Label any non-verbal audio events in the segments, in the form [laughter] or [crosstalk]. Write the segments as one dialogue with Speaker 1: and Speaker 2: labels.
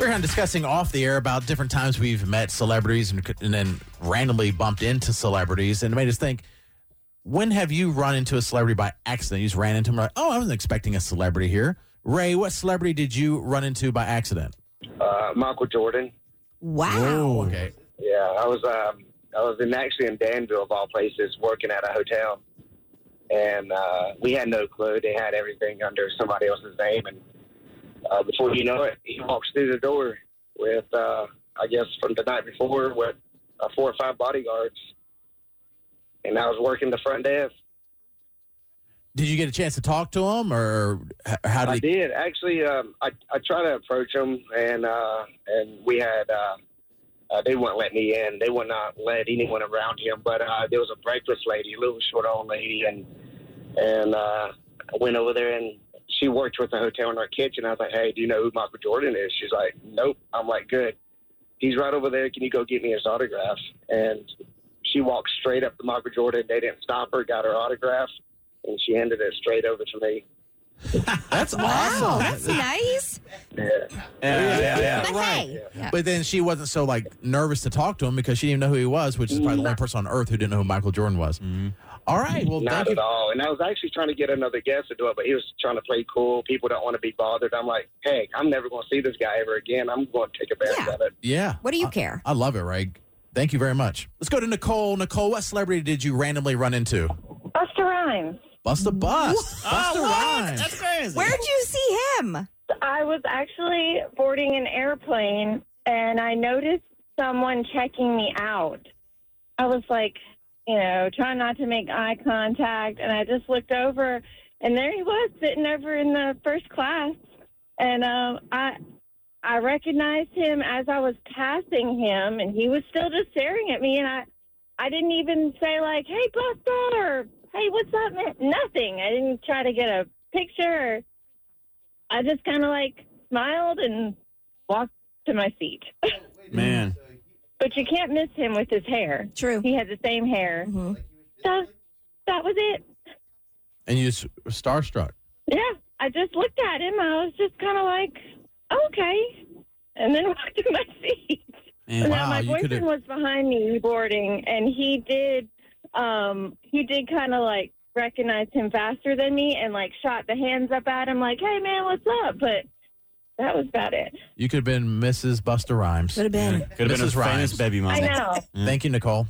Speaker 1: we're kind of discussing off the air about different times we've met celebrities and, and then randomly bumped into celebrities, and it made us think. When have you run into a celebrity by accident? You just ran into them, like, oh, I wasn't expecting a celebrity here. Ray, what celebrity did you run into by accident?
Speaker 2: Uh, Michael Jordan.
Speaker 3: Wow.
Speaker 1: Oh, okay.
Speaker 2: Yeah, I was um, I was in actually in Danville of all places working at a hotel, and uh, we had no clue they had everything under somebody else's name, and uh, before you know it, he walks through the door with uh, I guess from the night before with uh, four or five bodyguards, and I was working the front desk.
Speaker 1: Did you get a chance to talk to him, or h- how
Speaker 2: I
Speaker 1: did? he-
Speaker 2: did actually. Um, I I tried to approach him, and uh, and we had uh, uh, they wouldn't let me in. They would not let anyone around him. But uh, there was a breakfast lady, a little short old lady, and and uh, I went over there, and she worked with the hotel in our kitchen. I was like, "Hey, do you know who Michael Jordan is?" She's like, "Nope." I'm like, "Good." He's right over there. Can you go get me his autograph? And she walked straight up to Michael Jordan. They didn't stop her. Got her autograph, and she handed it straight over to me.
Speaker 1: That's
Speaker 3: Wow,
Speaker 1: awesome.
Speaker 3: that's nice.
Speaker 2: Yeah.
Speaker 1: Yeah, yeah, yeah.
Speaker 3: But
Speaker 1: Right.
Speaker 3: hey, yeah.
Speaker 1: But then she wasn't so like nervous to talk to him because she didn't even know who he was, which is probably the only person on earth who didn't know who Michael Jordan was. All right. Well,
Speaker 2: Not
Speaker 1: thank
Speaker 2: at
Speaker 1: you.
Speaker 2: all. And I was actually trying to get another guest to do it, but he was trying to play cool. People don't want to be bothered. I'm like, heck, I'm never going to see this guy ever again. I'm going to take advantage
Speaker 3: Yeah.
Speaker 2: of it.
Speaker 1: Yeah. Uh,
Speaker 3: what do you
Speaker 1: I,
Speaker 3: care?
Speaker 1: I love it, Ray. Thank you very much. Let's go to Nicole. Nicole, what celebrity did you randomly run into? Ah,
Speaker 4: Busta Rhymes.
Speaker 1: Busta Bust. Busta Rhymes.
Speaker 5: That's crazy.
Speaker 3: Where'd you see him?
Speaker 4: I was actually boarding an airplane and I noticed someone checking me out. I was like, you know, trying not to make eye contact. And I just looked over and there he was sitting over in the first class. And um, I, I recognized him as I was passing him and he was still just staring at me. And I, I didn't even say like, hey, Buster, or hey, what's up, man? Nothing. I didn't try to get a picture. I just kind of like smiled and walked to my seat.
Speaker 5: Man.
Speaker 4: But you can't miss him with his hair.
Speaker 3: True.
Speaker 4: He had the same hair.
Speaker 3: Mhm.
Speaker 4: So that was it.
Speaker 1: And you just were starstruck.
Speaker 4: Yeah, I just looked at him. I was just kind of like, okay, and then [laughs] walked to my seat.
Speaker 5: Man,
Speaker 4: now
Speaker 1: wow,
Speaker 4: my
Speaker 1: you could've-
Speaker 4: boyfriend was behind me boarding, and he did, um, he did kind of like recognize him faster than me, and like shot the hands up at him, like, hey man, what's up? But that was about it.
Speaker 1: You could have been Mrs. Busta Rhymes.
Speaker 3: Could have been.
Speaker 5: Could have been a
Speaker 1: Mrs. Rhymes.
Speaker 5: famous baby
Speaker 4: I
Speaker 5: mama.
Speaker 4: know.
Speaker 1: Thank you, Nicole.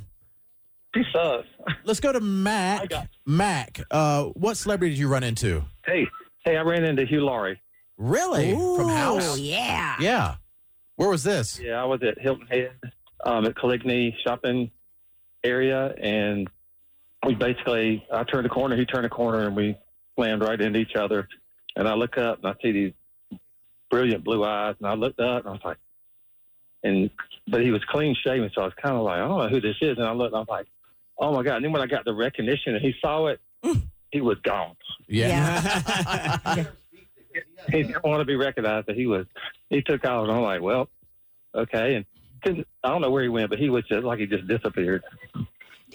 Speaker 6: Peace out.
Speaker 1: Let's go to Mac. Mac, uh, what celebrity did you run into?
Speaker 6: Hey, hey, I ran into Hugh Laurie.
Speaker 1: Really? From
Speaker 3: Ooh, Oh,
Speaker 1: House?
Speaker 3: Yeah.
Speaker 1: Yeah. Where was this?
Speaker 6: Yeah, I was at Hilton Head, um, at Caligny shopping area, and we basically I turned a corner, he turned a corner, and we slammed right into each other. And I look up and I see these brilliant blue eyes, and I looked up and I was like, and but he was clean shaven, so I was kind of like, I don't know who this is, and I looked, and I was like, oh my god! And then when I got the recognition and he saw it, he was gone.
Speaker 1: Yeah.
Speaker 6: [laughs] he didn't want to be recognized that he was he took out and I'm like, well, okay. And didn't- I don't know where he went, but he was just like he just disappeared.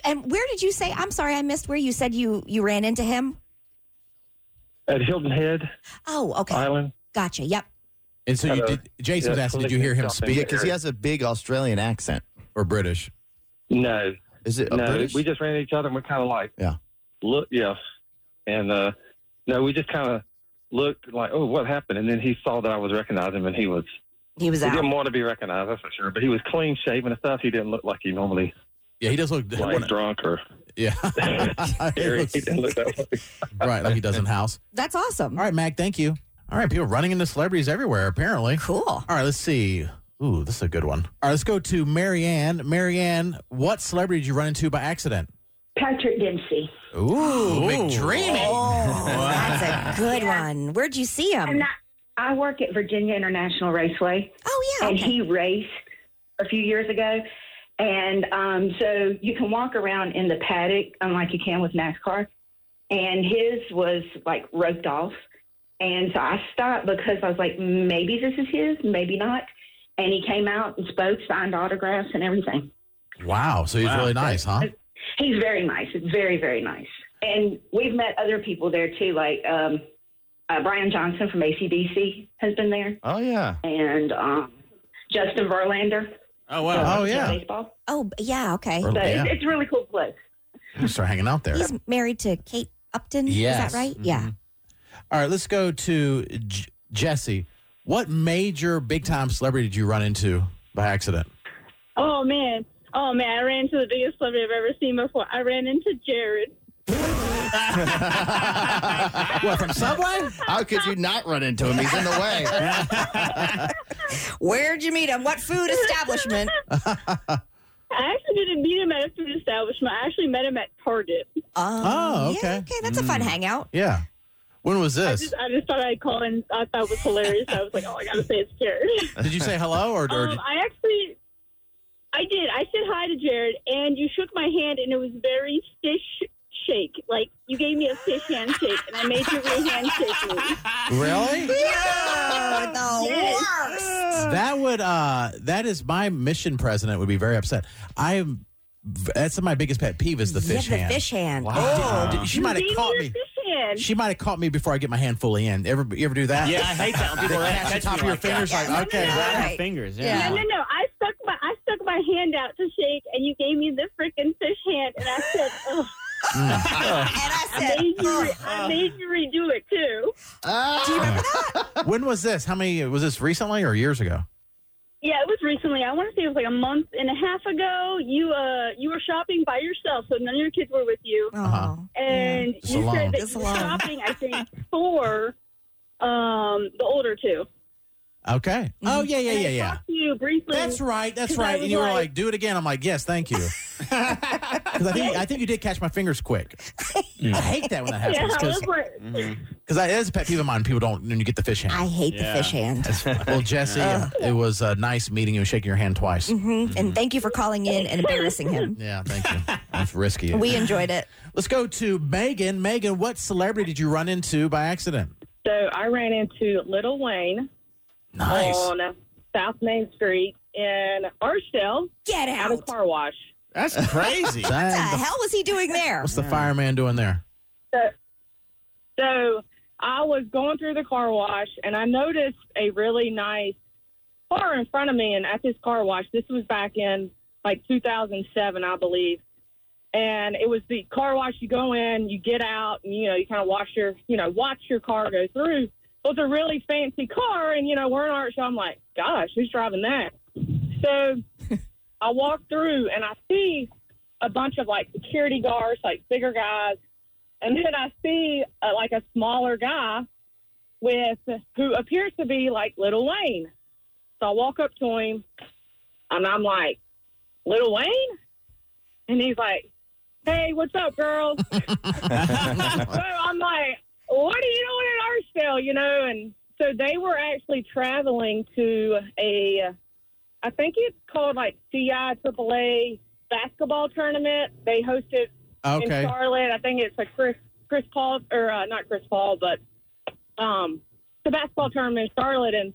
Speaker 3: And where did you say? I'm sorry, I missed where you said you you ran into him.
Speaker 6: At Hilton Head
Speaker 3: Oh, okay.
Speaker 1: Uh,
Speaker 6: Island.
Speaker 3: gotcha. Yep.
Speaker 1: [laughs] and so you
Speaker 6: Hello.
Speaker 1: did, Jason was
Speaker 6: Yeah,
Speaker 1: asking, did you hear him
Speaker 6: something.
Speaker 7: Yeah,
Speaker 1: speak
Speaker 7: because he has a big Australian accent.
Speaker 1: or British?
Speaker 6: No.
Speaker 7: Is it a
Speaker 6: no.
Speaker 7: British?
Speaker 6: We just ran into each other and we're kinda like
Speaker 7: Yeah.
Speaker 6: Look yeah. And uh no, we just kinda looked like, Oh, what happened? And then he saw that I was recognizing him and he was
Speaker 3: He was
Speaker 6: he
Speaker 3: out.
Speaker 6: didn't want to be recognized, that's for sure. But he was clean shaven and stuff. He didn't look like
Speaker 7: [laughs]
Speaker 6: he normally
Speaker 1: Yeah, he does look.
Speaker 6: like drunk or
Speaker 1: yeah. [laughs] He
Speaker 6: scary.
Speaker 1: looks-
Speaker 6: he didn't
Speaker 7: [laughs]
Speaker 6: look that way.
Speaker 1: right, like he [laughs] does in House.
Speaker 3: That's awesome.
Speaker 1: All right, Mac, thank you. All right, people running into celebrities everywhere, apparently.
Speaker 3: Cool.
Speaker 1: All right, let's see. Ooh, this is a good one. All right, let's go to Marianne. Marianne, what celebrity did you run into by accident?
Speaker 8: Patrick Dempsey.
Speaker 1: Ooh, McDreamy.
Speaker 3: Oh, that's
Speaker 1: [laughs]
Speaker 3: a good one. Where'd you see
Speaker 8: And
Speaker 3: him?
Speaker 8: I, I work at Virginia International Raceway,
Speaker 3: Oh, yeah.
Speaker 8: and
Speaker 3: okay.
Speaker 8: he raced a few years ago. And um, so you can walk around in the paddock, unlike you can with NASCAR. And his was like roped off. And so I stopped because I was like, maybe this is his, maybe not. And he came out and spoke, signed autographs, and everything.
Speaker 1: Wow, so he's
Speaker 5: Wow.
Speaker 1: really nice, huh?
Speaker 8: He's very nice. Very, very nice. And we've met other people there too, like um, uh, Brian Johnson from ACDC has been there.
Speaker 7: [laughs] oh yeah.
Speaker 8: And um, Justin Verlander.
Speaker 1: Oh wow! Oh
Speaker 8: from
Speaker 1: yeah.
Speaker 8: Baseball.
Speaker 3: Oh, b- yeah. Okay.
Speaker 1: Or-
Speaker 8: So
Speaker 1: yeah. [laughs]
Speaker 8: it's, it's a really cool place.
Speaker 1: I'm gonna start hanging out there.
Speaker 3: He's married to Kate Upton. Is
Speaker 1: Yes. Mm-hmm.
Speaker 3: that right? Yeah.
Speaker 1: All right, let's go to J- Jesse. What major big time celebrity did you run into by accident?
Speaker 5: Oh man. Oh man, I ran into the biggest celebrity I've ever seen before. I ran into Jared.
Speaker 1: what from Subway?
Speaker 7: How could you not run into him? He's in the way.
Speaker 3: Where'd you meet him? What [laughs] food establishment?
Speaker 5: I actually didn't meet him at a food establishment. I actually met him at Target.
Speaker 3: Um,
Speaker 1: Oh,
Speaker 3: yeah,
Speaker 1: okay.
Speaker 3: okay, that's a fun hangout.
Speaker 1: Yeah. When was
Speaker 5: I
Speaker 1: this?
Speaker 5: just, I just thought I'd call and I thought it was hilarious. I was like, oh, I gotta say it's Jared.
Speaker 1: Did you say hello or? or
Speaker 5: Um, I actually, I did. I said hi to Jared, and you shook my hand, and it was very fish shake. Like you gave me a fish handshake, and I made you do a handshake move.
Speaker 1: really?
Speaker 3: Oh, the worst.
Speaker 1: That would uh that is my mission president would be very upset. I am that's my biggest pet peeve is the fish
Speaker 3: yeah,
Speaker 1: hand.
Speaker 3: the fish hand. Oh,
Speaker 1: Wow. Did- she
Speaker 5: You
Speaker 1: might have
Speaker 5: gave
Speaker 1: caught
Speaker 5: me.
Speaker 1: me.
Speaker 5: A fish hand.
Speaker 1: She might have caught me before I get my hand fully in. Ever you ever do that?
Speaker 9: Yeah, I hate that. when People
Speaker 1: Catch
Speaker 9: catch
Speaker 1: the
Speaker 9: me
Speaker 1: top of your
Speaker 9: like that.
Speaker 1: fingers, like, oh.
Speaker 9: Yeah,
Speaker 1: okay,
Speaker 9: I
Speaker 1: right.
Speaker 9: have fingers.
Speaker 3: Yeah.
Speaker 9: Yeah.
Speaker 5: no, no, no. I stuck my I stuck my hand out to shake, and you gave me the freaking fish hand, and I said, Ugh,
Speaker 1: Mm.
Speaker 3: [laughs] and I
Speaker 5: I
Speaker 3: said,
Speaker 5: made you, re-
Speaker 3: "Ugh."
Speaker 5: I made you redo it too.
Speaker 1: [laughs] When was this? How many was this recently or years ago?
Speaker 5: Yeah, it was recently. I want to say it was like a month and a half ago. You uh, you were shopping by yourself, so none of your kids were with you.
Speaker 1: Uh-huh.
Speaker 3: Oh.
Speaker 5: and
Speaker 1: Just
Speaker 5: you
Speaker 1: alone.
Speaker 5: said that
Speaker 3: Just
Speaker 5: you were
Speaker 3: alone.
Speaker 5: shopping, I
Speaker 1: [laughs]
Speaker 5: think, for um, the older two.
Speaker 1: Okay. Oh yeah, yeah,
Speaker 5: Mm-hmm. And
Speaker 1: yeah,
Speaker 5: I
Speaker 1: yeah.
Speaker 5: talked to you briefly.
Speaker 1: That's right. That's
Speaker 5: 'Cause I
Speaker 1: right. And
Speaker 5: was
Speaker 1: you were
Speaker 5: like-
Speaker 1: like, "Do it again." I'm like,
Speaker 5: [laughs]
Speaker 1: "Yes, thank you." 'Cause I think I think you did catch my
Speaker 5: [laughs]
Speaker 1: fingers quick. I hate that when that
Speaker 5: Yeah,
Speaker 1: happens
Speaker 5: I was
Speaker 1: because
Speaker 5: like,
Speaker 1: because that's a pet peeve of mine. People don't when you get the fish hand.
Speaker 3: I hate
Speaker 9: Yeah.
Speaker 3: the fish hand.
Speaker 1: Well, Jesse, it was uh, nice meeting you and shaking your hand twice.
Speaker 3: Mhm.
Speaker 1: Mm-hmm.
Speaker 3: And thank you for calling in and embarrassing him.
Speaker 1: Yeah, thank you. That's risky.
Speaker 3: We enjoyed it.
Speaker 1: Let's go to Megan. Megan, what celebrity did you run into by accident?
Speaker 4: So I ran into Little Wayne
Speaker 1: Nice.
Speaker 4: on South Main Street in Archdale
Speaker 3: Get
Speaker 4: at
Speaker 3: out.
Speaker 4: a
Speaker 3: What
Speaker 4: car wash.
Speaker 9: That's
Speaker 1: [laughs]
Speaker 9: crazy.
Speaker 3: the
Speaker 1: Dang, the-
Speaker 3: hell was he doing there?
Speaker 1: what's the fireman doing there?
Speaker 4: So I was going through the car wash and I noticed a really nice car in front of me. And at this car wash, this was back in like 2007, I believe. And it was the car wash. You go in, you get out, and you know you kind of wash your, you know, watch your car go through. Well, it's a really fancy car, and you know we're in art, so I'm like, gosh, who's driving that? So I walk through and I see a bunch of like security guards, like bigger guys, and then I see uh, like a smaller guy with who appears to be like Little Wayne. So I walk up to him and I'm like, Little Wayne? And he's like, Hey, what's up, girl? [laughs] so I'm like, What are you doing in Archdale? You know, and so they were actually traveling to a, I think it's called like CI AAA basketball tournament. They hosted in
Speaker 1: Okay.
Speaker 4: Charlotte. I think it's like Chris Chris Paul or uh, not Chris Paul, but um, the basketball tournament in Charlotte, and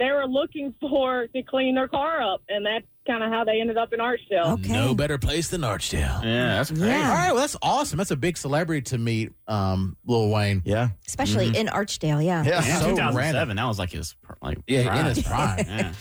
Speaker 4: they were looking [laughs] for to clean their car up, and that's kind of how they ended up in Archdale.
Speaker 3: Okay.
Speaker 1: No better place than Archdale.
Speaker 9: Yeah, that's crazy.
Speaker 1: All
Speaker 3: Yeah.
Speaker 1: right, well, that's awesome. That's a big celebrity to meet, um, Lil Wayne.
Speaker 7: Yeah.
Speaker 1: Mm-hmm.
Speaker 3: Especially in Archdale, yeah.
Speaker 7: Yeah.
Speaker 9: Yeah,
Speaker 1: So
Speaker 9: 2007.
Speaker 1: random.
Speaker 9: That was like his pr- like
Speaker 1: Yeah,
Speaker 9: prime.
Speaker 1: in his prime.
Speaker 9: Yeah.